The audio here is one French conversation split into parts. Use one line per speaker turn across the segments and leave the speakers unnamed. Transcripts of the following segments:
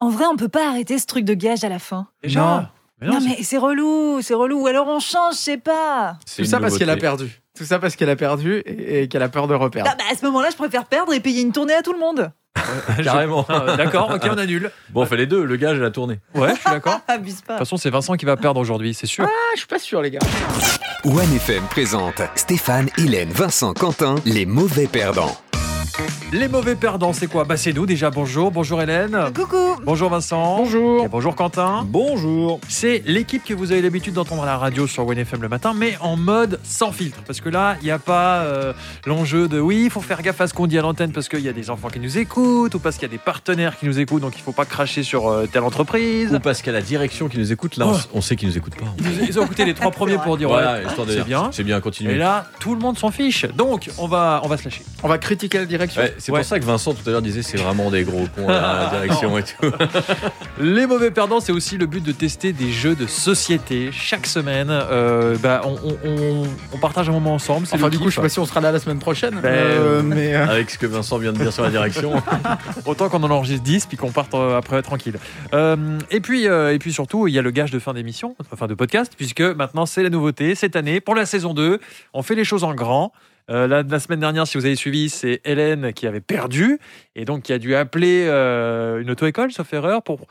En vrai, on peut pas arrêter ce truc de gage à la fin.
Déjà
Non.
Mais
Non,
non, c'est-
mais c'est relou, c'est relou. Ou alors on change, je sais pas.
Tout ça parce qu'elle a perdu. Tout ça parce qu'elle a perdu et, et qu'elle a peur de reperdre.
Ah, bah, à ce moment-là, je préfère perdre et payer une tournée à tout le monde.
Carrément.
Ah, D'accord, ok, on annule.
Bon, on fait les deux, le gage et la tournée.
Ouais, je suis d'accord. De
Abuse pas.
toute façon, c'est Vincent qui va perdre aujourd'hui, c'est sûr.
Ah, je suis pas sûr, les gars.
One FM présente Stéphane, Hélène, Vincent, Quentin, les mauvais perdants.
Les mauvais perdants, c'est quoi Bah, c'est nous déjà. Bonjour, bonjour Hélène.
Coucou.
Bonjour Vincent.
Bonjour.
Et bonjour Quentin.
Bonjour.
C'est l'équipe que vous avez l'habitude d'entendre à la radio sur WNFM le matin, mais en mode sans filtre. Parce que là, il n'y a pas euh, l'enjeu de oui, il faut faire gaffe à ce qu'on dit à l'antenne parce qu'il y a des enfants qui nous écoutent ou parce qu'il y a des partenaires qui nous écoutent, donc il ne faut pas cracher sur euh, telle
Ou
entreprise.
parce qu'à la direction qui nous écoute, là, on,
Oh.
s- on sait qu'ils nous écoutent pas.
Ils nous- Ils ont écouté les trois premiers pour dire
Voilà,
ouais,
histoire de
c'est
dire,
bien.
C'est bien, continue.
Et là, tout le monde s'en fiche. Donc, on va, on va se lâcher.
On va critiquer la direction.
Ouais, c'est
Ouais.
pour ça que Vincent tout à l'heure disait c'est vraiment des gros cons là, à la direction et tout.
Les mauvais perdants, c'est aussi le but de tester des jeux de société chaque semaine. Euh, bah, on, on- on- on partage un moment ensemble. c'est
Enfin,
le
du coup,
kiff. hein.
je sais pas si on sera là la semaine prochaine.
Ben,
euh, mais euh,
Avec ce que Vincent vient de dire sur la direction.
Autant qu'on en enregistre 10 puis qu'on parte euh, après euh, tranquille. Euh, et, puis, euh, et puis surtout, il y a le gage de fin d'émission, enfin de podcast, puisque maintenant c'est la nouveauté cette année pour la saison 2. On fait les choses en grand. Euh, la, la semaine dernière, si vous avez suivi, c'est Hélène qui avait perdu et donc qui a dû appeler euh, une auto-école, sauf erreur, pour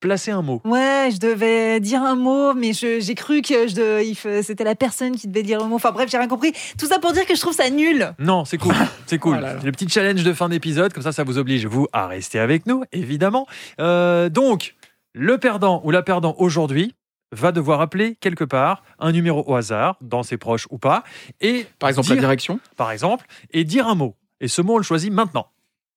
placer un mot.
Ouais, je devais dire un mot, mais je- j'ai cru que je de- il fe- c'était la personne qui devait dire le mot. Enfin bref, j'ai rien compris. Tout ça pour dire que je trouve ça nul.
Non, c'est cool, c'est cool.
Oh là là.
Le petit challenge de fin d'épisode, comme ça, ça vous oblige, vous, à rester avec nous, évidemment. Euh, donc, le perdant ou la perdante aujourd'hui va devoir appeler quelque part un numéro au hasard, dans ses proches ou pas, et
par exemple,
dire-
la direction.
par exemple, et dire un mot. Et ce mot, on le choisit maintenant.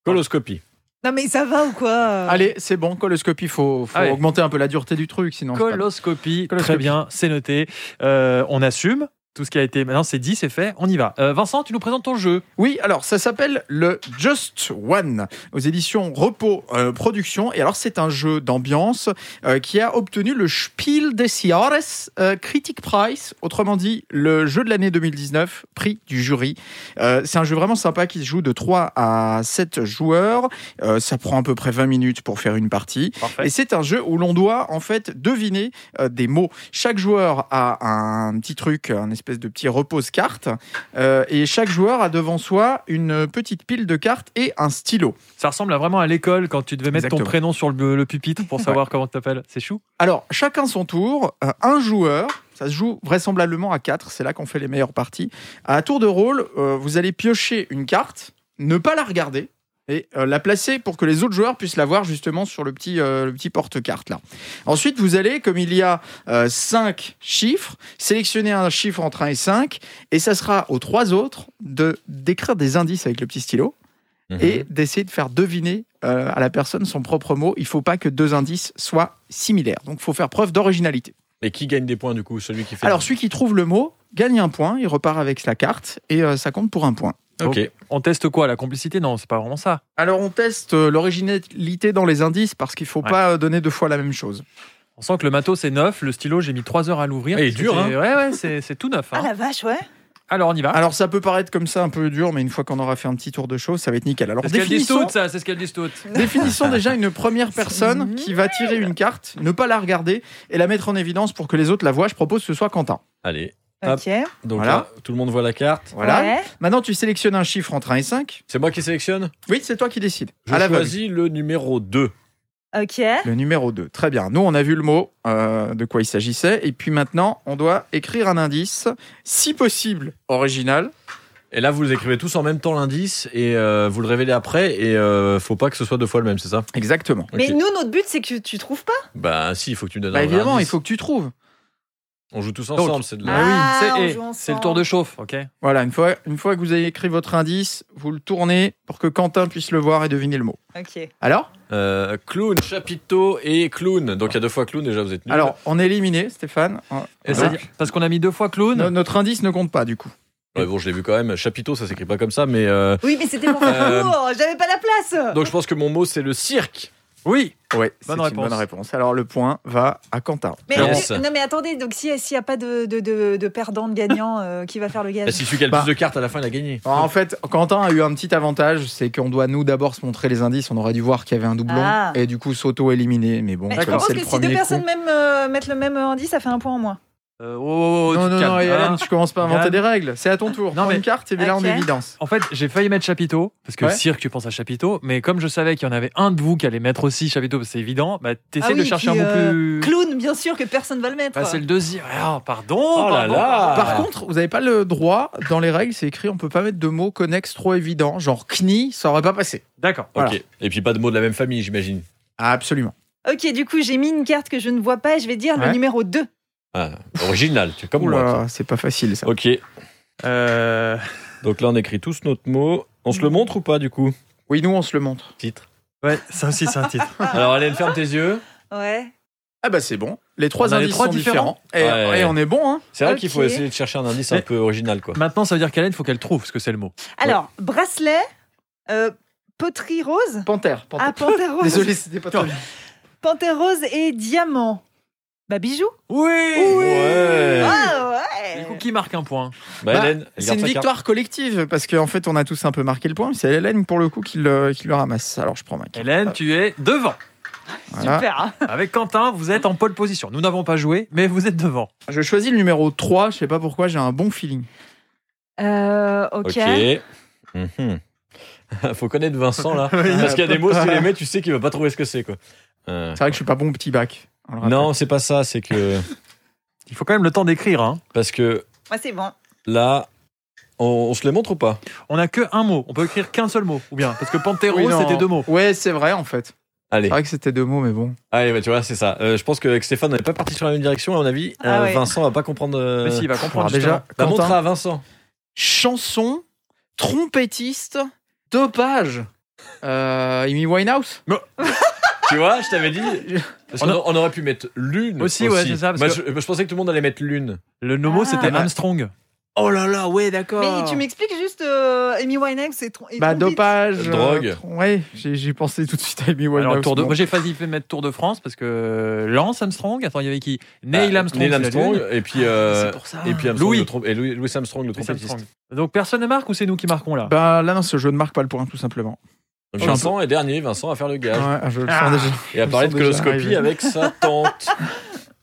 Coloscopie.
Non mais ça va ou quoi
Allez, c'est bon, coloscopie, faut, faut
Ah ouais.
augmenter un peu la dureté du truc, sinon. c'est pas-
Coloscopie, très
Coloscopie.
bien, c'est noté. Euh, on assume tout ce qui a été. Maintenant, c'est dit, c'est fait, on y va. Euh, Vincent, tu nous présentes ton jeu.
Oui, alors ça s'appelle le Just One aux éditions Repos euh, Productions. Et alors c'est un jeu d'ambiance euh, qui a obtenu le Spiel des Jahres euh, Critic Prize, autrement dit le jeu de l'année 2019, prix du jury. Euh, c'est un jeu vraiment sympa qui se joue de 3 à 7 joueurs. Euh, ça prend à peu près 20 minutes pour faire une partie.
Parfait.
Et c'est un jeu où l'on doit en fait deviner euh, des mots. Chaque joueur a un petit truc, un espèce de petit repose-carte, euh, et chaque joueur a devant soi une petite pile de cartes et un stylo.
Ça ressemble à vraiment à l'école quand tu devais mettre ton
Exactement.
prénom sur le, le pupitre pour savoir comment tu t'appelles. C'est chou.
Alors, chacun son tour, euh, un joueur, ça se joue vraisemblablement à 4, c'est là qu'on fait les meilleures parties. À tour de rôle, euh, vous allez piocher une carte, ne pas la regarder. Et euh, la placer pour que les autres joueurs puissent la voir justement sur le petit, euh, le petit porte-carte là. Ensuite, vous allez, comme il y a 5 chiffres, sélectionner un chiffre entre 1 et 5, et ça sera aux trois autres de d'écrire des indices avec le petit stylo
Mhm.
et d'essayer de faire deviner euh, à la personne son propre mot. Il faut pas que deux indices soient similaires. Donc, il faut faire preuve d'originalité.
Et qui gagne des points du coup Celui qui fait.
Alors, celui qui trouve le mot gagne un point, il repart avec la carte et euh, ça compte pour un point.
Ok.
On teste quoi La complicité Non, c'est pas vraiment ça.
Alors, on teste euh, l'originalité dans les indices parce qu'il faut
Ouais.
pas euh, donner deux fois la même chose.
On sent que le matos c'est neuf, le stylo j'ai mis 3 heures à l'ouvrir.
Ah, il est
parce que
dur,
c'est- Ouais, ouais, c'est c'est tout neuf. hein.
Ah la vache, ouais.
Alors on y va.
Alors, ça peut paraître comme ça un peu dur, mais une fois qu'on aura fait un petit tour de choses, ça va être nickel. Alors,
c'est ce qu'elles disent
définissons-
toutes, ça, c'est ce qu'elles disent
Ah,
toutes.
Définissons déjà une première personne qui va tirer une carte, ne pas la regarder et la mettre en évidence pour que les autres la voient. Je propose que ce soit Quentin.
Allez. Hop.
Ok.
Donc
Voilà.
là, tout le monde voit la carte.
Voilà.
Ouais.
Maintenant, tu sélectionnes un chiffre entre 1 et 5.
C'est moi qui sélectionne
Oui, c'est toi qui décides.
Je
à la
choisis le numéro 2.
Ok.
Le numéro 2. Très bien. Nous, on a vu le mot, euh, de quoi il s'agissait. Et puis maintenant, on doit écrire un indice, si possible, original.
Et là, vous les écrivez tous en même temps l'indice et euh, vous le révélez après. Et euh, faut pas que ce soit deux fois le même, c'est ça
Exactement.
Ok.
Mais nous, notre but, c'est que tu trouves pas.
Bah si, il faut que tu me donnes
Bah,
un
évidemment, il
indice.
faut que tu trouves.
On joue tous
Donc-
ensemble, c'est de la.
Ah oui.
c'est
on
eh,
joue ensemble.
c'est le tour de chauffe, ok
Voilà, une fois, une fois que vous avez écrit votre indice, vous le tournez pour que Quentin puisse le voir et deviner le mot.
Ok.
Alors
Euh, clown, chapiteau et clown. Donc il y a deux fois clown déjà, vous êtes nuls.
Alors, on est éliminé, Stéphane.
Et c'est-à-dire- Parce qu'on a mis deux fois clown.
No- notre indice ne compte pas, du coup.
Ouais, bon, je l'ai vu quand même. Chapiteau, ça s'écrit pas comme ça, mais euh,
Oui, mais c'était pour faire
Euh,
court. J'avais pas la place.
donc je pense que mon mot c'est le cirque.
Oui.
Ouais, c'est
Bonne
une
réponse.
bonne réponse. Alors le point va à Quentin.
Mais,
Laurence.
mais- non, mais attendez, donc s'il n'y a pas de, de, de, de perdant, de gagnant, euh, qui va faire le
Bah,
gage
si celui qui a le
Bah.
plus de cartes à la fin, il a gagné.
Alors, en fait, Quentin a eu un petit avantage, c'est qu'on doit nous d'abord se montrer les indices. On aurait dû voir qu'il y avait un doublon
Ah.
et du coup s'auto-éliminer. Mais bon,
Mais Je
comme
pense
c'est
que
le
si deux
premier
personnes
coup-
même, euh, mettent le même indice, ça fait un point en moins.
Euh, oh, oh, oh,
Non,
tu
non,
te
non,
calmes, hein.
Hélène, tu commences pas à inventer
Yann.
des règles. C'est à ton tour.
Non,
Prends
mais-
une carte et mets-la
Ok.
en évidence.
En fait, j'ai failli mettre chapiteau, parce que
Ouais.
cirque, tu penses à chapiteau, mais comme je savais qu'il y en avait un de vous qui allait mettre aussi chapiteau, parce que c'est évident, bah, t'essayes
Ah
de
oui,
chercher
qui,
un
euh,
mot plus.
Clown, bien sûr, que personne va le mettre.
Bah, c'est le deuxième. Ah, pardon.
Oh là
pardon,
là.
pardon.
Par contre, vous n'avez pas le droit, dans les règles, c'est écrit on peut pas mettre de mots connexes trop évidents. Genre CNI, ça aurait pas passé.
D'accord.
Voilà.
Ok. Et puis pas de mots de la même famille, j'imagine.
Absolument.
Ok, du coup, j'ai mis une carte que je ne vois pas et je vais dire le
Ouais.
numéro 2.
Ah, original, tu es comme
Ouh
moi.
là
toi.
là, c'est pas facile ça.
Ok.
Euh,
Donc là, on écrit tous notre mot. On se le montre ou pas du coup
Oui, nous on se le montre.
Titre.
Ouais, ça aussi, c'est un titre.
Alors, Hélène, ferme tes yeux.
Ouais.
Ah bah c'est bon. Les trois
On a les
indices
trois
sont
différents.
différents. Et,
Ouais.
et on est bon, hein.
C'est vrai
Ok.
qu'il faut essayer de chercher un indice un
Mais-
peu original, quoi.
Maintenant, ça veut dire qu'Hélène, faut qu'elle trouve ce que c'est le mot.
Alors, bracelet, euh, poterie rose.
Panthère. panthère.
Ah, panthère rose.
Désolé, c'était pas toi.
Panthère rose et diamant. Bah, bijoux.
Oui.
Ouais.
Euh.
Ah,
Du
ouais.
coup, qui marque un point
Bah,
Bah,
Hélène, elle
C'est
garde
une
sa carte.
victoire collective parce qu'en fait on a tous un peu marqué le point, mais c'est Hélène pour le coup qui le, qui le ramasse. Alors je prends ma carte.
Hélène, tu es devant.
Voilà.
Super. hein.
Avec Quentin, vous êtes en pole position. Nous n'avons pas joué, mais vous êtes devant.
Je choisis le numéro 3, je sais pas pourquoi, j'ai un bon feeling.
Euh, ok.
Ok. Mhm. Faut connaître Vincent là. Parce qu'il y a des mots, si tu les mets, tu sais qu'il va pas trouver ce que c'est, quoi. Euh,
C'est vrai que je suis pas bon au petit bac. on le rappelle.
Non, c'est pas ça, c'est que.
Il faut quand même le temps d'écrire. hein.
Parce que
Ouais, c'est bon.
là, on, on se le montre ou pas
On n'a que un mot. On peut écrire qu'un seul mot. Ou bien, parce que Panthéro,
Oui, non.
c'était deux mots.
Ouais, c'est vrai en fait.
Allez,
C'est
Ah
vrai que c'était deux mots, mais bon.
allez, bah, tu vois, c'est ça. Euh, je pense que Stéphane n'est pas parti sur la même direction, à mon avis.
Ah
Euh,
ouais.
Vincent va pas comprendre. euh,
Mais si, il va comprendre.
Alors déjà,
justement.
La
Quentin,
montre à Vincent.
chanson, trompettiste, dopage. Euh, Amy Winehouse
Tu vois, je t'avais dit. Parce
On
qu'on
a-
a- on aurait pu mettre lune.
Aussi, ouais, c'est ça, parce
Moi,
que-
je, je pensais que tout le monde allait mettre lune.
le nomo,
Ah.
c'était Armstrong.
Oh là là, ouais, d'accord.
Mais tu m'expliques juste euh, Amy Winehouse c'est tron- et
Oh. Bah,
trompette.
dopage. euh,
Drogue.
tron- ouais, j'ai j'ai pensé tout de suite à Amy Winehouse.
Alors, tour de...
bon.
Moi, j'ai failli fait mettre Tour de France parce que euh, Lance Armstrong. Attends, il y avait qui Neil
Ah,
Armstrong.
Neil
c'est la
Armstrong,
lune.
Et puis. euh,
C'est pour ça.
Et puis Armstrong,
Louis.
le trom- et Louis, Louis Armstrong, le
Louis
trompettiste.
Armstrong. Donc, personne ne marque ou c'est nous qui marquons là
Bah, là, non, ce jeu ne marque pas le point, tout simplement.
Donc, Vincent est dernier, Vincent va faire le gage.
Ouais, je le sens
Ah.
déjà.
et à parler de
me sens déjà
coloscopie
arrivé.
avec sa tante.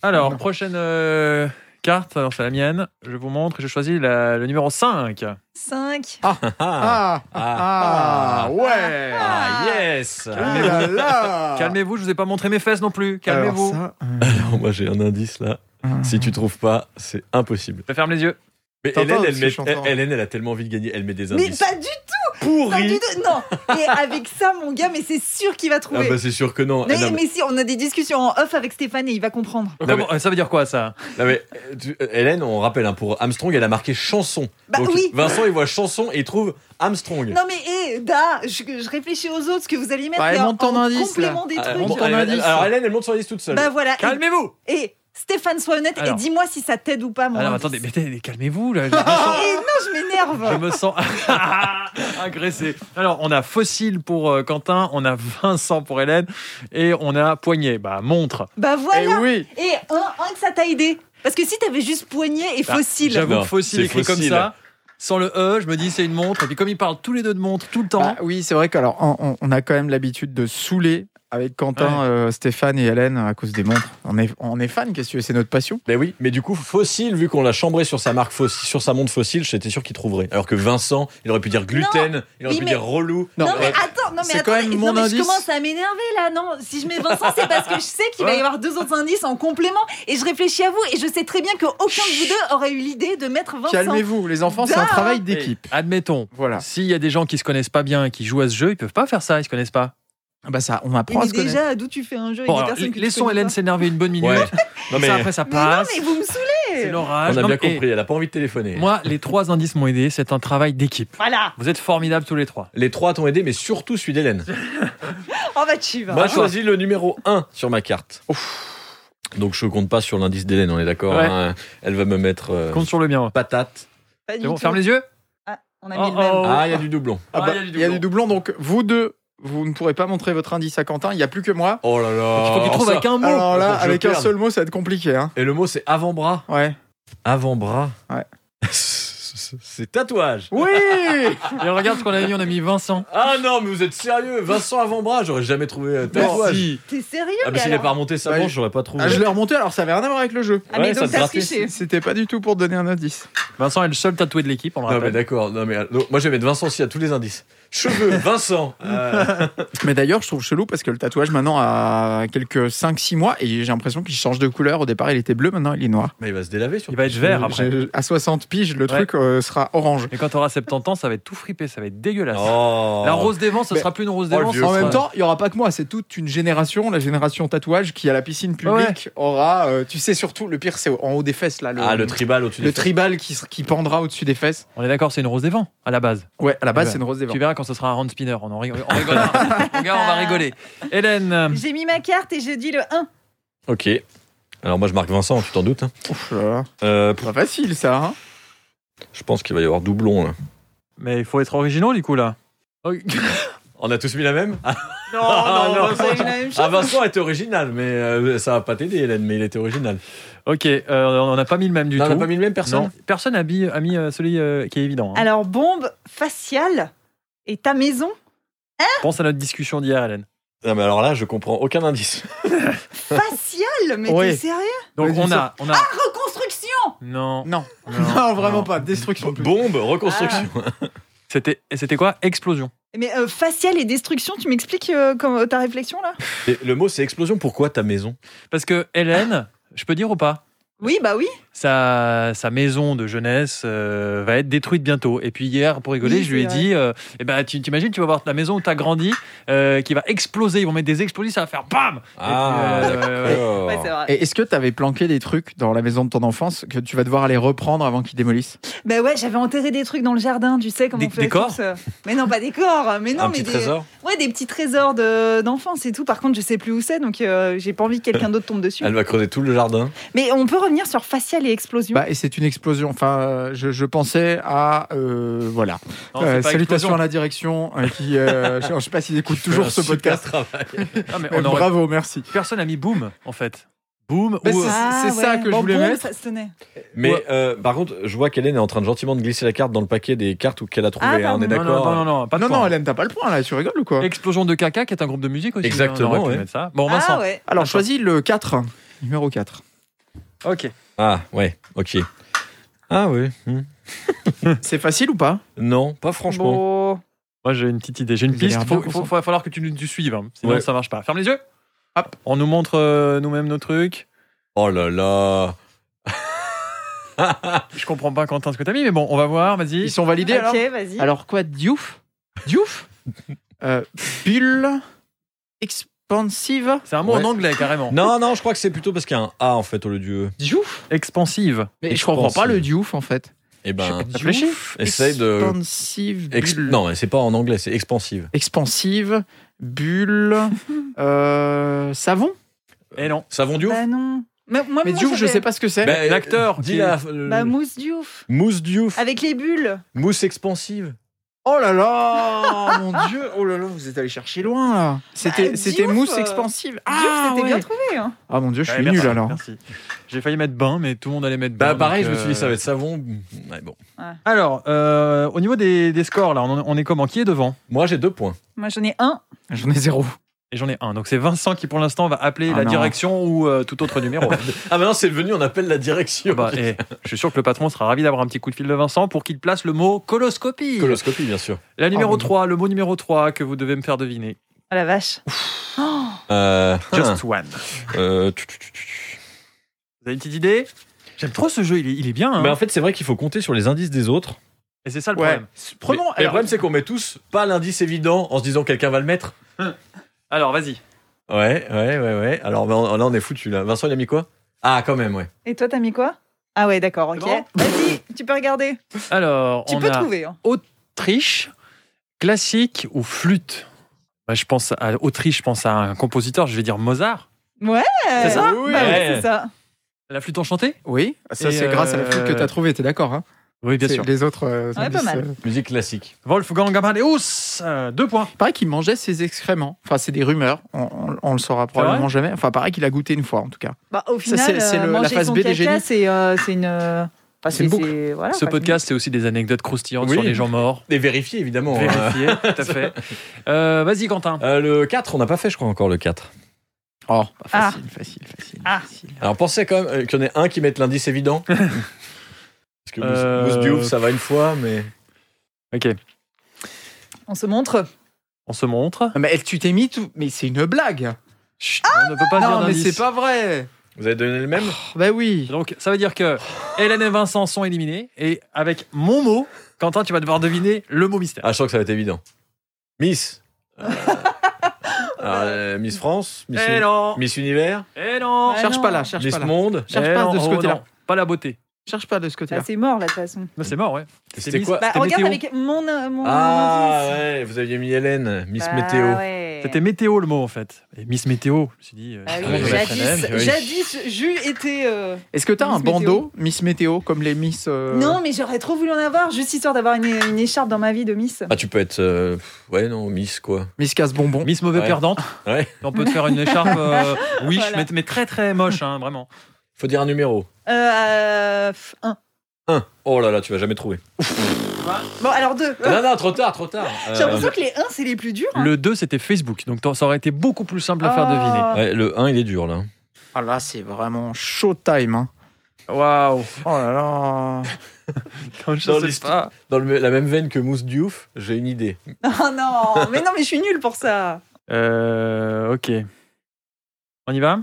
Alors, prochaine euh, carte. Alors, c'est la mienne. Je vous montre. Je choisis la- le numéro 5.
5.
Ah, ah,
Ah.
ouais.
Ah, yes
là là.
Calmez-vous, je vous ai pas montré mes fesses non plus. Calmez-vous.
Alors ça,
Alors, Moi j'ai un indice là.
euh,
Si tu trouves pas, c'est impossible.
Je ferme les yeux.
Mais
T'entends,
Hélène elle,
ce
met-
chanteur. hein.
Hélène, elle a tellement envie de gagner, elle met des
Mais
indices.
pas du tout, pas du tout. Non. Et avec ça, mon gars, mais c'est sûr qu'il va
ah
trouver.
bah c'est sûr que non.
mais,
Ah, non, mais-
mais si, on a des discussions en off avec Stéphane et il va comprendre.
Non, mais-
Comment- euh, Ça veut dire quoi ça
non, mais, euh, tu- euh, Hélène, on rappelle, hein, pour Armstrong, elle a marqué chanson.
Bah oui.
Vincent, il voit chanson et il trouve Armstrong.
Non mais hé, da, je, je réfléchis aux autres ce que vous allez mettre
Bah,
mais
elle
en,
monte en
en
indice,
complément des
Ah,
trucs.
bon,
Monte en
elle-
indice.
alors Hélène, elle monte son indice toute seule.
bah voilà. Et,
Calmez-vous
et Stéphane, sois honnête
Alors.
et dis-moi si ça t'aide ou pas, mon.
Alors
indice.
attendez, mais t'es- calmez-vous là.
Et non, je
Je
m'énerve.
me sens agressé. Alors, on a fossile pour euh, Quentin, on a Vincent pour Hélène et on a poignet. Bah, montre.
Bah
Eh
voilà.
oui.
Et, un, un que ça t'a aidé. Parce que si t'avais juste poignet et
Ah,
Bah,
fossile.
J'avoue
Non,
que fossile
c'est
écrit
fossile.
comme ça. Sans le E, je me dis c'est une montre. Et puis comme ils parlent tous les deux de montre tout le temps,
Bah oui, c'est vrai qu'alors on, on- on a quand même l'habitude de saouler avec Quentin, euh, Stéphane et Hélène à cause des montres. On est, on est fan, qu'est-ce que tu veux, c'est notre passion.
Ben oui, mais du coup, Fossile, vu qu'on l'a chambré sur sa marque Fossile, sur sa montre Fossile, j'étais sûr qu'il trouverait. Alors que Vincent, il aurait pu dire gluten, il aurait
Oui,
pu
mais-
dire relou.
Non,
Non,
mais
ouais.
attends, non mais
C'est quand
attendez,
même
non,
mon
mais je
indice.
commence à m'énerver là, non Si je mets Vincent, c'est parce que je sais qu'il va y avoir deux autres indices en complément et je réfléchis à vous et je sais très bien que aucun de vous deux aurait eu l'idée de mettre Vincent.
Calmez-vous, les enfants, c'est
Dard.
un travail d'équipe.
admettons.
Voilà.
Ah. S'il y a des gens qui se connaissent pas bien et qui jouent à ce jeu, ils peuvent pas faire ça, ils se connaissent pas.
Ah Bah ça, on
Et
apprend à
Eh, mais
se connaître.
déjà, d'où tu fais un jeu
Bon,
avec des
alors,
personnes que tu
laissons
connais
Hélène
pas.
s'énerver une bonne minute.
Ouais. Non, mais
Ça, après, ça
Mais non,
passe.
mais vous euh, me
C'est
saoulez
l'orage.
on a
Non,
bien
mais- et
compris, elle a pas envie de téléphoner.
Moi, les trois indices m'ont aidé. C'est un travail d'équipe.
Voilà
Vous êtes formidables tous les trois.
Les trois t'ont aidé, mais surtout celui d'Hélène.
Oh bah tu vas
Moi, je choisis le numéro 1 sur ma carte. Donc, je compte pas sur l'indice d'Hélène, on est d'accord
Ouais.
hein. Elle va me mettre euh,
Compte sur le mien.
patate.
Pas du
C'est bon,
tout.
ferme les yeux.
Ah, on a
Oh,
mis le même.
oh.
Ah, il y a du doublon.
Ah bah,
Ah, il y a du
il y a
doublon.
du doublon, donc vous deux, vous ne pourrez pas montrer votre indice à Quentin. Il n'y a plus que moi.
Oh là là.
Il faut qu'il trouve
ça-
avec un mot.
Alors là,
faut que je
avec un
perde.
seul mot, ça va être compliqué. Hein.
Et le mot, c'est avant-bras.
Ouais.
Avant-bras.
Ouais.
c'est tatouage.
Oui
Et regarde ce qu'on a mis, on a mis Vincent.
Ah non, mais vous êtes sérieux. Vincent avant-bras, j'aurais jamais trouvé euh, tatouage.
Merci.
T'es sérieux
Ah,
mais
mais s'il
alors
n'est pas remonté sa
Bah,
manche, j'aurais pas trouvé.
Ah, je l'ai remonté, alors ça avait rien à voir avec le jeu.
Ah, mais
Ouais,
donc
ça te
t'as
grattait,
triché.
C'était pas du tout pour donner un indice.
Vincent est le seul tatoué de l'équipe, on le
Non, mais
rappelle.
d'accord. Non, mais euh, non, moi, je vais mettre Vincent aussi à tous les indices. Cheveux, Vincent. Euh,
Mais d'ailleurs, je trouve chelou parce que le tatouage maintenant a quelques 5-6 mois et j'ai l'impression qu'il change de couleur. Au départ, il était bleu, maintenant il est noir.
mais il va se délaver sur
Il va être vert après.
J'ai- À 60 piges, le truc euh, sera orange.
Et quand t'auras 70 ans, ça va être tout fripé, ça va être dégueulasse.
Oh.
La rose des vents, ce
Mais-
sera plus une rose
Oh,
des
le
vents.
vieux,
ce
En
sera-
même temps, il n'y aura pas que moi, c'est toute une génération, la génération tatouage qui, à la piscine publique, aura, euh, tu sais, surtout, le pire, c'est en haut des fesses, là. Le,
Ah, le tribal au-dessus
le
des fesses.
tribal qui, se- qui pendra au-dessus des fesses.
On est d'accord, c'est une rose des vents à la base.
Ouais, à la base,
Ouais.
c'est une rose des vents.
Tu verras quand ce sera un round spinner, on en rigole- on rigolera. Mon gars, on va rigoler. Hélène, euh,
J'ai mis ma carte et je dis le 1.
Ok. Alors moi je marque Vincent, tu t'en doutes. hein.
Ouf, là, là.
Euh,
Pas facile, ça. hein.
je pense qu'il va y avoir doublon. hein. Là.
mais il faut être original du coup là.
On a tous mis la même Ah
Non,
Ah, non, non.
c'est la même chose.
Vincent était original, mais euh, ça va pas t'aider Hélène, mais il était original.
Ok, euh, on n'a pas mis le même du
Non, on
tout.
n'a pas mis le même
Non,
personne
personne a mis, a mis, euh, celui euh, qui est évident. hein.
Alors, bombe faciale et ta maison
Pense à notre discussion d'hier, Hélène.
non. mais alors là je comprends aucun indice.
faciale Mais
Oui.
t'es sérieux
Donc
Vas-y,
on a, on a.
Reconstruction
non,
Non.
non,
Non, vraiment pas. Destruction. de
Bombe, reconstruction.
C'était, et c'était quoi Explosion.
Mais euh, faciale et destruction, tu m'expliques euh, comment- ta réflexion là
Et le mot c'est explosion, pourquoi ta maison
Parce que Hélène, je peux dire ou pas
Oui, bah oui.
sa, sa maison de jeunesse euh, va être détruite bientôt. Et puis hier, pour rigoler,
Oui,
je lui ai
c'est
dit, euh, eh ben, tu t'imagines, tu vas voir la maison où tu as grandi, euh, qui va exploser, ils vont mettre des explosifs, ça va faire BAM Et puis, euh, ouais.
Ah, d'accord.
Ouais, c'est vrai.
Oh. Et est-ce que t'avais planqué des trucs dans la maison de ton enfance que tu vas devoir aller reprendre avant qu'ils démolissent
Bah ouais, j'avais enterré des trucs dans le jardin, tu sais, comme
Des-
on fait
des corps
tous, euh. Mais non, pas des corps, mais non,
Un
mais
petit
des...
trésor
Ouais, des petits trésors de- d'enfance et tout. Par contre, je sais plus où c'est, donc euh, j'ai pas envie que quelqu'un d'autre tombe dessus.
Elle va creuser tout le jardin.
Mais on peut revenir sur faciale et explosion.
Bah, et c'est une explosion. Enfin, euh, je, je pensais à. euh, voilà.
Non,
Euh,
c'est pas
salutations
explosion.
à la direction euh, qui. euh, je, je sais pas s'ils écoutent toujours ce
Un super
podcast.
travail.
Ah, mais
Mais
on aurait-
Bravo, merci.
Personne n'a mis boom, en fait. Boom
Mais
ou. euh,
c'est- c'est ça que je
Ah Bon,
voulais
bon,
mettre.
ça sonnait.
Mais
Ouais.
euh, par contre, je vois qu'Hélène est en train de gentiment de glisser la carte dans le paquet des cartes où- qu'elle a trouvé.
Ah,
hein, on est
pardon.
Non, non,
d'accord.
non, non, non, pas de
non,
point.
non, Hélène, t'as pas le point là, tu rigoles ou quoi
Explosion de caca, qui est un groupe de musique aussi. hein,
Exactement,
on aurait pu
ouais.
mettre ça. Bon, Vincent.
Ah ouais.
Alors,
D'accord.
choisis le 4, numéro 4.
Ok.
Ah ouais, ok. Ah oui. hmm.
C'est facile ou pas
Non, pas franchement.
Bon.
Moi, j'ai une petite idée, j'ai une
Vous avez
piste.
l'air
Il faut,
bien
faut-
concentré.
faut- va falloir que tu nous tu suives, hein. sinon
Ouais.
ça marche pas. Ferme les yeux.
Hop.
On nous montre euh, nous-mêmes nos trucs.
Oh là là.
Je comprends pas, Quentin, ce que t'as mis, mais bon, on va voir, vas-y.
Ils sont validés alors
Ok, vas-y.
Alors quoi, Diouf Diouf Euh, Bulle Expansive
C'est un mot
Ouais.
en anglais, carrément.
Non, non, je crois que c'est plutôt parce qu'il y a un A en fait au lieu du E.
Diouf
Expansive.
Mais je comprends pas
Expansive.
le Diouf en fait.
Eh ben,
Diouf,
réfléchis.
Essaye de-
Expansive.
ex-
bulle.
non, mais c'est pas en anglais, c'est expansive.
expansive, bulle, euh, savon.
Et Eh non.
Savon Diouf
Bah non. Mais, moi,
Mais
Ah, moi,
Diouf, je
j'avais-
sais pas ce que c'est.
Ben,
l'acteur
Dis
qui-
la. euh,
Bah Ah. mousse Diouf.
mousse Diouf.
Avec les bulles.
Mousse expansive.
Oh là là, mon dieu, oh là là, vous êtes allé chercher loin là. C'était
Bah,
c'était
Diouf,
mousse
euh,
expansive.
Diouf,
Ah
c'était
ouais.
bien trouvé. hein.
Ah mon dieu, je
Ouais,
suis
merci,
nul alors.
merci. J'ai failli mettre bain, mais tout le monde allait mettre bain.
Bah pareil,
donc,
je me suis
euh,
dit ça va être savon. Ouais, bon.
Alors, euh, au niveau des, des scores, là, on, en- on est comment Qui est devant
Moi j'ai deux points.
Moi, j'en ai un.
J'en ai zéro.
Et j'en ai un. Donc c'est Vincent qui, pour l'instant, va appeler
Ah
la
non.
direction ou euh, tout autre numéro.
Ah maintenant c'est venu, on appelle la direction.
Bah, eh, je suis sûr que le patron sera ravi d'avoir un petit coup de fil de Vincent pour qu'il place le mot coloscopie.
Coloscopie bien sûr.
la numéro
Oh, mon
3, le mot numéro 3 que vous devez me faire deviner.
Ah la vache. Oh,
Euh, hein,
Just one.
euh, tu, tu, tu, tu.
Vous avez une petite idée J'aime trop ce jeu, il est, il est bien. hein.
Mais en fait c'est vrai qu'il faut compter sur les indices des autres.
Et c'est ça le
Ouais.
problème.
Prenons.
Mais- mais le
alors,
problème c'est qu'on met tous pas l'indice évident en se disant quelqu'un va le mettre.
Alors vas-y.
Ouais, ouais, ouais, ouais. Alors ben, on- là, on est foutu là. Vincent, il a mis quoi Ah, quand même, ouais.
Et toi, t'as mis quoi Ah ouais, d'accord, ok.
bon
Vas-y, tu peux regarder.
Alors,
Tu
on
peux
a
trouver. hein.
Autriche, classique ou flûte Bah, Je pense à Autriche, je pense à un compositeur, je vais dire Mozart.
Ouais.
C'est ça
Bah
Oui.
ouais,
Ouais.
c'est ça.
La flûte enchantée
Oui, ça
Et
c'est grâce à la flûte que
euh,
t'as trouvée, t'es d'accord hein
Oui, bien
C'est-
sûr.
Les autres. euh,
Ouais, pas
indices,
mal.
euh,
Musique classique.
Wolfgang Amadeus, euh, deux points.
Pareil qu'il mangeait ses excréments. Enfin, c'est des rumeurs. On, on- on le saura probablement jamais. Enfin, pareil qu'il a goûté une fois, en tout cas.
Bah, au
Ça,
final,
c'est- c'est
euh,
le- la
manger
phase
son
B des
caca,
génies.
c'est euh, c'est une. euh, enfin,
C'est une boucle.
voilà,
Ce
enfin,
podcast, c'est aussi des anecdotes croustillantes sur
Oui.
les gens morts.
Et vérifier, évidemment. hein.
Vérifié, tout à fait. Euh, Vas-y, Quentin.
Euh, le 4, on n'a pas fait, je crois, encore le 4.
Oh, pas
Ah.
facile, facile, facile.
Ah.
facile.
Alors pensez quand même euh, qu'il y en ait un qui mette l'indice évident. Parce que Mousse-
Euh,
Mousse Diouf, ça va une fois, mais.
Ok,
On se montre.
on se montre.
Non, Ah, mais elle- tu t'es mis tout. Mais c'est une blague.
Chut, on ne peut pas dire
Ah, non, mais
d'indice.
c'est pas vrai.
Vous avez donné le même
Oh, bah oui.
Donc, ça veut dire que Hélène et Vincent sont éliminés. Et avec mon mot, Quentin, tu vas devoir deviner le mot mystère.
Ah, je crois que ça va être évident. Miss. Euh, euh, Miss France, Miss,
Eh
Uni-
non
Miss Univers,
Eh non
Ah
cherche
non.
pas là, cherche
Miss
pas là.
Monde.
Cherche
Eh
pas
non,
de ce
oh
côté-là.
non, Pas la beauté.
Cherche pas de ce
Ah,
côté-là.
c'est mort, là, de toute façon.
Non, C'est mort, ouais.
C'était
Miss-
quoi
Bah,
C'était
regarde
météo.
avec mon, euh, mon
Ah
indice.
ouais, vous aviez mis Hélène, Miss
Bah,
Météo.
ouais.
Eh.
C'était météo le mot en fait. Et Miss Météo, je me suis dit. euh,
Bah oui,
Ah ouais,
je la connais,
jadis,
mais-
oui.
jadis, j'eus été. euh,
Est-ce que t'as
Miss
un bandeau Miss Météo comme les Miss. euh,
Non, mais j'aurais trop voulu en avoir, juste histoire d'avoir une, une écharpe dans ma vie de Miss.
Ah, tu peux être. euh, pff, ouais, non, Miss quoi.
Miss Casse Bonbon.
Miss Mauvais
Ouais.
Perdante.
Ouais.
On peut te faire une écharpe, euh, oui,
Voilà.
mais, mais très très moche, hein, vraiment.
Faut dire un numéro.
Euh, f- un.
1. Oh là là, tu vas jamais trouver.
Bon, alors deux.
Non, non, trop tard, trop tard.
J'ai
Euh,
l'impression que les 1, c'est les plus durs. hein.
Le 2, c'était Facebook, donc t'en- ça aurait été beaucoup plus simple à faire
Oh.
deviner.
ouais, le 1, il est dur là.
Ah là, c'est vraiment showtime. Hein.
Waouh
Oh là là.
Dans, l'histo- dans le- la même veine que Mousse Diouf, j'ai une idée.
Oh non, mais non, mais je suis nulle pour ça.
Euh, ok. On y va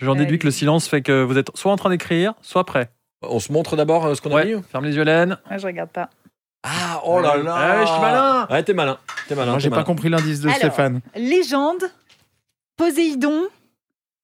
J'en
Allez.
déduis que le silence fait que vous êtes soit en train d'écrire, soit prêt.
On se montre d'abord euh, ce qu'on a mis
Ouais,
ou-
ferme les yeux, Hélène.
Ah, je regarde pas.
Ah, oh là là.
Ouais, je suis malin.
Ouais, t'es malin. T'es malin.
Moi,
t'es
j'ai pas
malin.
compris l'indice de
Alors.
Stéphane.
Légende, Poséidon,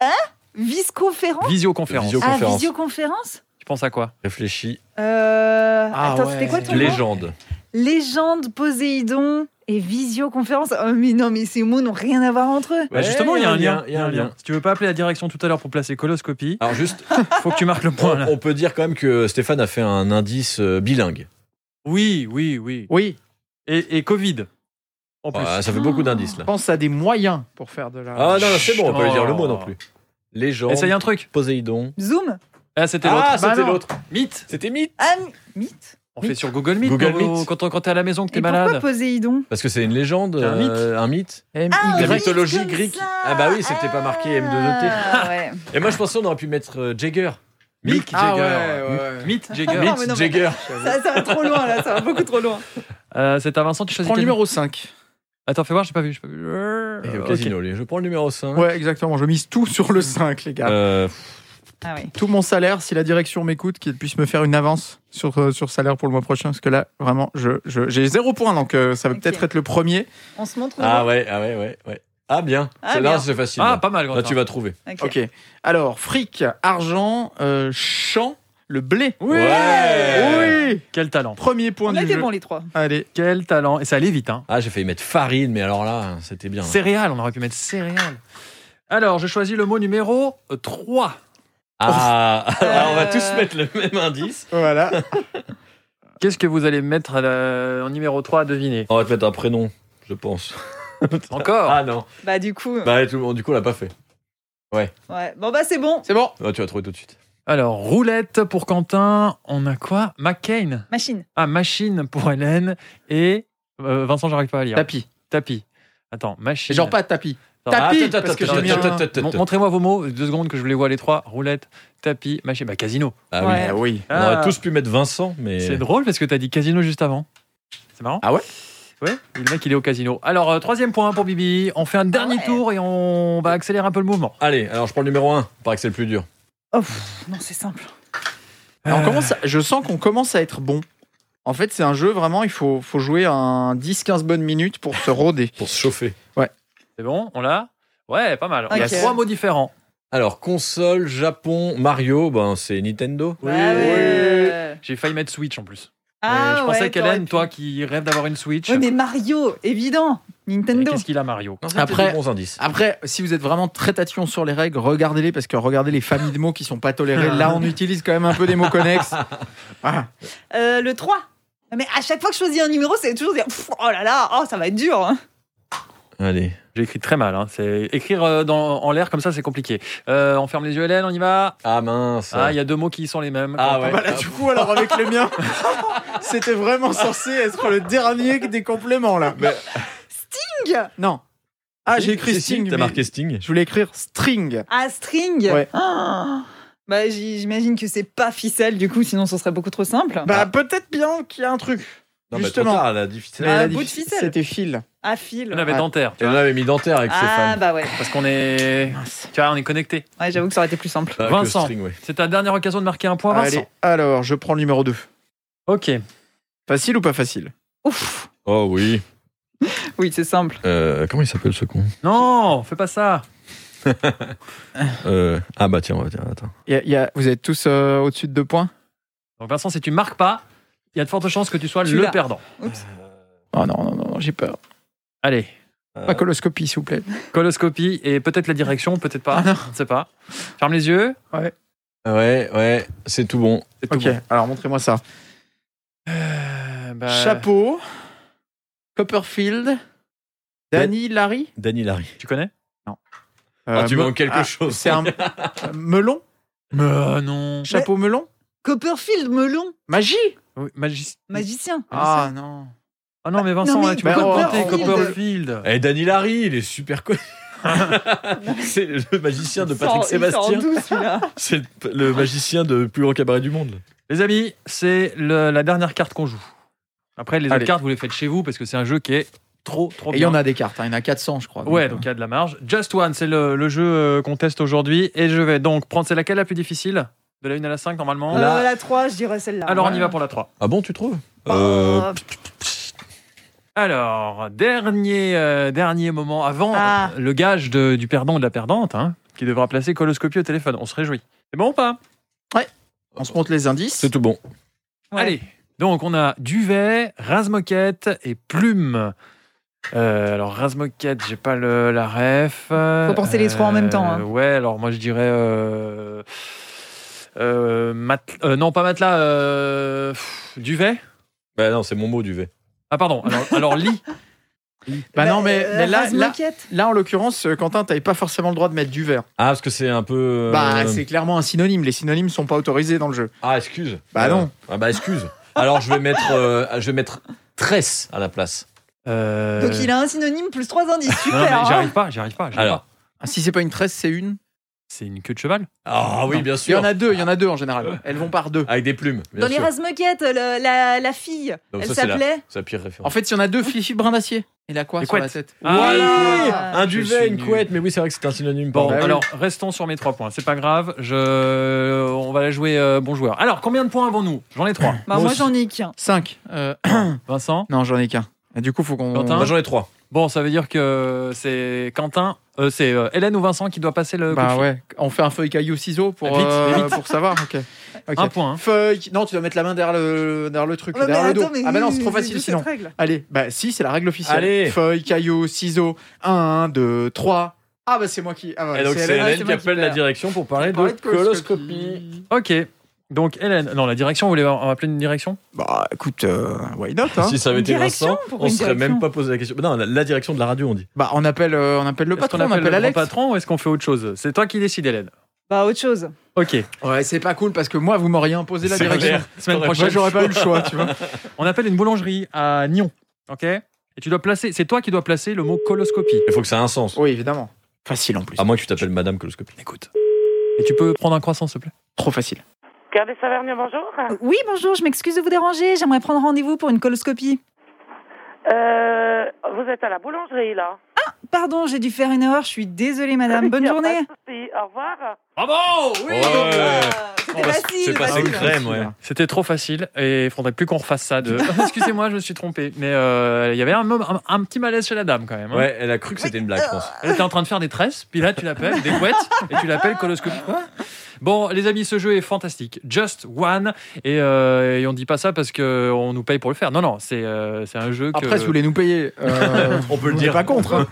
hein Visconférence
Visioconférence.
Visio-
Ah,
Conférence.
visioconférence
Tu penses à quoi
Réfléchis.
Euh,
Ah
Attends,
ouais.
c'était quoi ton nom
Légende.
Légende, Poséidon et visioconférence. Oh, mais non, mais ces mots n'ont rien à voir entre eux.
Bah,
Ouais,
justement, il y a un lien.
il y a un lien.
Si tu veux pas appeler la direction tout à l'heure pour placer coloscopie,
Alors juste,
faut que tu marques le
on,
point là.
on peut dire quand même que Stéphane a fait un indice euh, bilingue.
Oui, oui, oui.
Oui,
Et, et Covid. En plus.
Ah, ça fait beaucoup d'indices là.
pense à des moyens pour faire de la.
Ah non, c'est bon, on peut lui dire le mot non
Oh.
plus. Légende.
Essaye un truc.
Poséidon.
Zoom
Ah, c'était
Ah,
l'autre.
Bah
c'était
non.
l'autre.
Mythe.
C'était mythe.
Ah, mythe
On fait sur Google Meet.
Google
quand-
Meet.
Quand, quand t'es à la maison, que t'es
Et pourquoi
malade.
Poséidon
Parce que c'est une légende,
C'est un mythe.
euh, un mythe.
Ah,
La
oui,
mythologie
comme
grecque.
ça.
Ah bah oui, c'était pas marqué M2E T.
Ah, ouais.
Et moi je pensais on aurait pu mettre euh, Jagger. Mick
Ah
Jagger.
ouais, ouais.
Mythe,
Ah,
Jagger.
non, mais
Mick
non, mais-
Jagger.
ça, ça va trop loin là, ça va beaucoup trop loin.
Euh, c'est à Vincent, tu
Je
choisis
prends le
quel-
numéro 5.
Attends, fais voir, j'ai pas vu. j'ai pas vu. Euh,
Et au
ok.
casino, les- je prends le numéro 5.
Ouais, exactement. Je mise tout sur le 5, les gars.
Euh,
Ah oui.
Tout mon salaire, si la direction m'écoute, qu'elle puisse me faire une avance sur, euh, sur salaire pour le mois prochain. Parce que là, vraiment, je- je- j'ai zéro point, donc euh, ça va
Ok.
peut-être être le premier.
On se montre.
ah ouais, ah ouais, ouais, ouais. Ah bien.
Ah,
Celle-là,
bien.
c'est facile.
Ah,
là.
pas mal,
Là,
Quentin.
tu vas trouver.
Ok.
Ok. Alors, fric, argent, euh, champ, le blé.
Oui.
Ouais.
Oui
Quel talent.
Premier point
On
du
était
jeu.
bons les trois.
Allez.
Quel talent. Et ça allait vite. Hein.
Ah, j'ai failli mettre farine, mais alors là, c'était bien.
Céréales, on aurait pu mettre céréales. Alors, je choisis le mot numéro 3.
Ah, alors on va
Euh.
tous mettre le même indice.
Voilà.
Qu'est-ce que vous allez mettre à la- en numéro 3 à deviner
On va te mettre un prénom, je pense.
Encore
Ah non.
Bah du coup,
Bah, ouais, tout le monde, du coup, on l'a pas fait.
ouais. Bon bah c'est bon.
C'est bon.
Ah, tu vas trouver tout de suite.
Alors, roulette pour Quentin. On a quoi McCain.
Machine.
Ah, machine pour Hélène. Et euh, Vincent, j'arrive pas à lire.
Tapis.
Tapis. Attends, machine.
Genre pas de tapis.
Non,
Tapis.
attends,
parce que
attends,
j'ai mis un-
attends, attends, attends,
Mon-
attends.
Montrez-moi vos mots, deux secondes que je les vois les trois. Roulette, tapis, machine. Bah, casino.
Ah
Ouais.
oui.
Eh oui.
On aurait tous pu mettre Vincent, mais.
C'est drôle parce que t'as dit casino juste avant. C'est marrant.
Ah ouais
Ouais, le mec il est au casino. Alors, euh, troisième point pour Bibi. On fait un dernier
ouais.
tour et on va accélérer un peu le mouvement.
Allez, alors je prends le numéro 1. Paraît que c'est le plus dur.
Oh pff, non c'est simple.
Alors, on
Euh,
commence à- je sens qu'on commence à être bon. En fait, c'est un jeu vraiment, il faut, faut jouer un 10-15 bonnes minutes pour se rôder.
Pour se chauffer.
C'est bon, on l'a Ouais, pas mal. Il y a
Ok.
trois mots différents.
Alors, console, Japon, Mario, ben c'est Nintendo.
Bah, ouais. Ah,
J'ai failli mettre Switch en plus. Mais je pensais
ouais,
qu'Hélène,
t'aurais
toi qui rêve d'avoir une Switch,
pu. Ouais, mais Mario, évident.
mais
Nintendo.
qu'est-ce qu'il a Mario
Non,
Après-
Après, bons indices.
Après, si vous êtes vraiment très tatillon sur les règles, regardez-les parce que regardez les familles de mots qui sont pas tolérés. Là, on utilise quand même un peu des mots connexes. Ah, Voilà.
Euh, le 3. Mais à chaque fois que je choisis un numéro, c'est toujours dire Pff, oh là là, oh ça va être dur. hein.
Allez.
J'ai écrit très mal. hein. C'est écrire euh, dans- en l'air comme ça, c'est compliqué. Euh, on ferme les yeux, Hélène, on y va.
Ah mince.
Ah, il y a deux mots qui sont les mêmes.
Ah, ouais.
Ah bah là, du coup, alors avec le mien, c'était vraiment censé être le dernier des compléments là.
Sting
Non. Ah, j'ai écrit
Si, si,
Sting.
T'as
mais
marqué Sting.
Je voulais écrire String.
Ah, string
Ouais.
Ah. Bah, j'y- j'imagine que c'est pas ficelle du coup, sinon ce serait beaucoup trop simple.
Bah, peut-être bien qu'il y a un truc.
Ah. Non,
Justement.
Mais trop tard, la difficile.
Ah,
la
bout de
diffi-
ficelle.
C'était fil.
à fil.
On avait
Ouais.
dentaire, tu
Et on
vois.
avait mis dentaire avec ses
Ah,
fans.
bah ouais.
Parce qu'on est. Tu vois, on est connecté.
Ouais, j'avoue que ça aurait été plus simple.
Avec le
Vincent.
String, ouais.
C'est ta dernière occasion de marquer un point, Vincent.
Allez, alors, je prends le numéro 2.
Ok.
Facile ou pas facile
Ouf.
Oh oui.
Oui, c'est simple.
Euh, comment il s'appelle ce con
Non, fais pas ça.
Euh, Ah bah tiens, on va dire. Attends.
Il y a- il y a- Vous êtes tous euh, au-dessus de deux points
Donc, Vincent, si tu marques pas, il y a de fortes chances que tu sois
Tu
le
l'as.
perdant.
Oh non, non, non, j'ai peur.
Allez,
Ah.
Pas coloscopie, s'il vous plaît.
coloscopie et peut-être la direction, peut-être
Ah
pas. Je ne sais pas. Ferme les yeux.
Euh, Ouais, ouais, c'est tout bon.
C'est tout
Ok, alors montrez-moi ça.
Euh, bah,
Chapeau, Copperfield, Danny, Larry.
Danny Larry.
Tu connais
Ah, tu
me-
manques quelque
ah,
chose.
C'est un euh, melon,
euh,
Mais non.
chapeau melon,
Copperfield, melon,
magie.
Oui, magis-
magicien.
Ah non.
Ah non, mais
Bah,
Vincent,
Non, mais
là, tu peux pas
Copperfield.
compter Copperfield.
Eh, Danny Larry, il est super connu. c'est le magicien de Patrick
Il sort- il sort en
Sébastien.
douce, celui-là.
C'est le- le magicien de plus grand cabaret du monde.
Les amis, c'est le- la dernière carte qu'on joue. Après, les
Allez.
autres cartes, vous les faites chez vous parce que c'est un jeu qui est trop, trop
Et il y
bien.
en a des cartes, hein, il y en a 400 je
Ah
crois.
Ouais, donc il y a de la marge. Just One, c'est le, le jeu euh, qu'on teste aujourd'hui. Et je vais donc prendre celle laquelle la plus difficile De la 1 à la 5, normalement.
Euh,
Là.
la 3, je dirais celle-là.
Alors, on
Ouais.
y va pour la 3.
Ah bon, tu trouves
Euh,
Alors, dernier, euh, dernier moment avant
Ah.
euh, le gage de- du perdant ou de la perdante, hein, qui devra placer coloscopie au téléphone. On se réjouit. C'est bon ou pas
On se montre les indices.
C'est tout bon.
Ouais.
Allez, donc on a duvet, rasmoquette et plume. Euh, alors rasmoquette, j'ai pas le, la ref. Faut
penser les trois en même temps, hein.
Ouais, alors moi je dirais. euh, euh, mat- euh, non, pas matelas, euh, pff, duvet.
Bah non, c'est mon mot du V.
Ah pardon, alors, alors lit.
Bah non, mais,
euh,
mais là,
Razz
là,
Moquette.
là, en l'occurrence, euh, Quentin, t'avais pas forcément le droit de mettre du verre.
Ah, parce que c'est un peu. euh,
Bah c'est clairement un synonyme, les synonymes sont pas autorisés dans le jeu.
Ah, excuse.
Bah non.
Ah bah excuse. Alors je vais mettre, euh, je vais mettre tresse à la place.
Euh,
Donc, il a un synonyme plus 3 indices.
non, mais
Super. hein.
j'arrive pas, j'arrive pas. j'arrive pas.
Alors.
Ah, si c'est pas une 13, c'est une.
C'est une queue de cheval
Ah oui,
Non.
bien
Il y
sûr.
en a deux, il y en a deux en général. Elles vont par deux.
Avec des plumes. Bien
Dans les
sûr.
Razmoquettes, le- la, la fille,
Donc
elle
ça, c'est la-
s'appelait.
C'est la pire
En
référence.
fait, il y en a deux, Fifi Brin d'acier. Il a quoi
Les
sur la
couettes.
tête
Ah,
Voilà.
Oui
Ah,
un
je
duvet,
suis
une
nul.
couette, mais oui, c'est vrai que c'est un synonyme.
Bon,
Bah
pardon.
oui.
alors restons sur mes trois points. C'est pas grave. Je... On va la jouer euh, bon joueur. Alors, combien de points avons-nous J'en ai trois.
Bah,
Moi
moi,
aussi.
j'en ai qu'un.
5.
Vincent
euh, non, j'en ai qu'un. Et Du coup, faut qu'on.
Quentin
Bah, j'en ai trois.
Bon, ça veut dire que c'est Quentin, euh, c'est euh, Hélène ou Vincent qui doit passer le coup de
Bah
fil.
ouais, on fait un feuille caillou ciseau pour,
Vite,
euh, pour savoir. Ok. Ok.
Un point. hein.
Feuille. Non, tu dois mettre la main derrière le, derrière le truc,
Ouais, mais
derrière le dos.
attends, mais
ah bah non, c'est
c'est-
trop
c'est
facile
cette
sinon.
règle.
Allez, bah si, c'est la règle officielle.
Allez.
Feuille, caillou, ciseau. 1, 2, 3. Ah bah c'est moi qui. Ah ouais,
Et donc c'est
Hélène. Ah,
Hélène
c'est
qui
moi qui
appelle la
perds.
direction pour parler de
Parler de
coloscopie.
Ok. Donc Hélène, non, la direction, vous voulez on va appeler une direction
Bah écoute, euh, why not hein
Si ça avait été
Direction
Vincent,
Pourquoi
on
une
serait même
direction
pas posé la question. Non, la, la direction de la radio, on dit.
Bah on appelle, euh, on appelle le
Est-ce
patron,
qu'on appelle, le grand
Alex.
patron ou est-ce qu'on fait autre chose C'est toi qui décides, Hélène.
Bah, autre chose.
Ok.
Ouais, c'est pas cool parce que moi, vous m'auriez imposé la
C'est
direction.
clair.
Semaine
T'aurais
Moi,
prochaine,
j'aurais pas eu le choix, tu vois.
on appelle une boulangerie à Nyon. Ok. Et tu dois placer, c'est toi qui dois placer le mot coloscopie.
Il faut que ça ait un sens.
Oui, évidemment. Facile en plus.
À moins que tu t'appelles Madame Coloscopie.
Écoute. Et tu peux prendre un croissant, s'il te plaît
Trop facile.
Cœur des Saverniers, bonjour.
Oui, bonjour, je m'excuse de vous déranger. J'aimerais prendre rendez-vous pour une coloscopie.
Euh, vous êtes à la boulangerie, là
Pardon, j'ai dû faire une erreur. Je suis désolée, madame. Ah, Bonne
Y a pas de
journée.
souci, Au revoir.
Bravo
Oui, Ouais. donc, euh,
C'était
Oh, bah,
facile. Ah
c'est passé
facile.
crème, ouais.
C'était trop facile et il faudrait plus qu'on refasse ça. De... Excusez-moi, je me suis trompé. Mais euh, il y avait un, mom- un- un petit malaise chez la dame quand même. hein.
Ouais, elle a
Euh,
cru que c'était une blague, je pense.
Elle était en train de faire des tresses, puis là tu l'appelles, des couettes, et tu l'appelles coloscopie. Bon, les amis, ce jeu est fantastique. Just One. Et, euh, et on dit pas ça parce qu'on nous paye pour le faire. Non, non, c'est euh, c'est un jeu que.
Après, si vous voulez nous payer, euh,
On peut le
on n'est
dire.
pas contre. hein.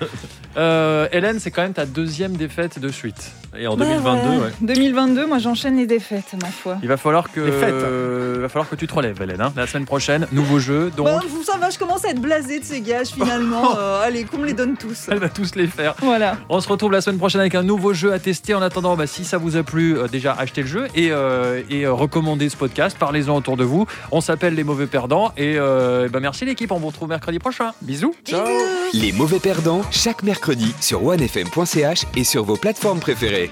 Euh, Hélène, c'est quand même ta deuxième défaite de suite.
Et en
Bah,
2022,
ouais.
ouais.
2022, moi j'enchaîne les défaites, ma foi.
Il va falloir que,
Les fêtes.
euh, il va falloir que tu te relèves, Hélène. hein. La semaine prochaine, nouveau jeu. Donc,
Bon, vous- ça va, je commence à être blasé de ces gages finalement. Euh, allez, qu'on me les donne tous.
elle va tous les faire.
Voilà.
On se retrouve la semaine prochaine avec un nouveau jeu à tester. En attendant, bah, si ça vous a plu, euh, déjà achetez le jeu et, euh, et, euh, recommandez ce podcast. Parlez-en autour de vous. On s'appelle Les Mauvais Perdants. Et euh, bah, merci l'équipe. On vous retrouve mercredi prochain.
Bisous.
Les mauvais perdants, chaque mercredi sur onefm.ch et sur vos plateformes préférées.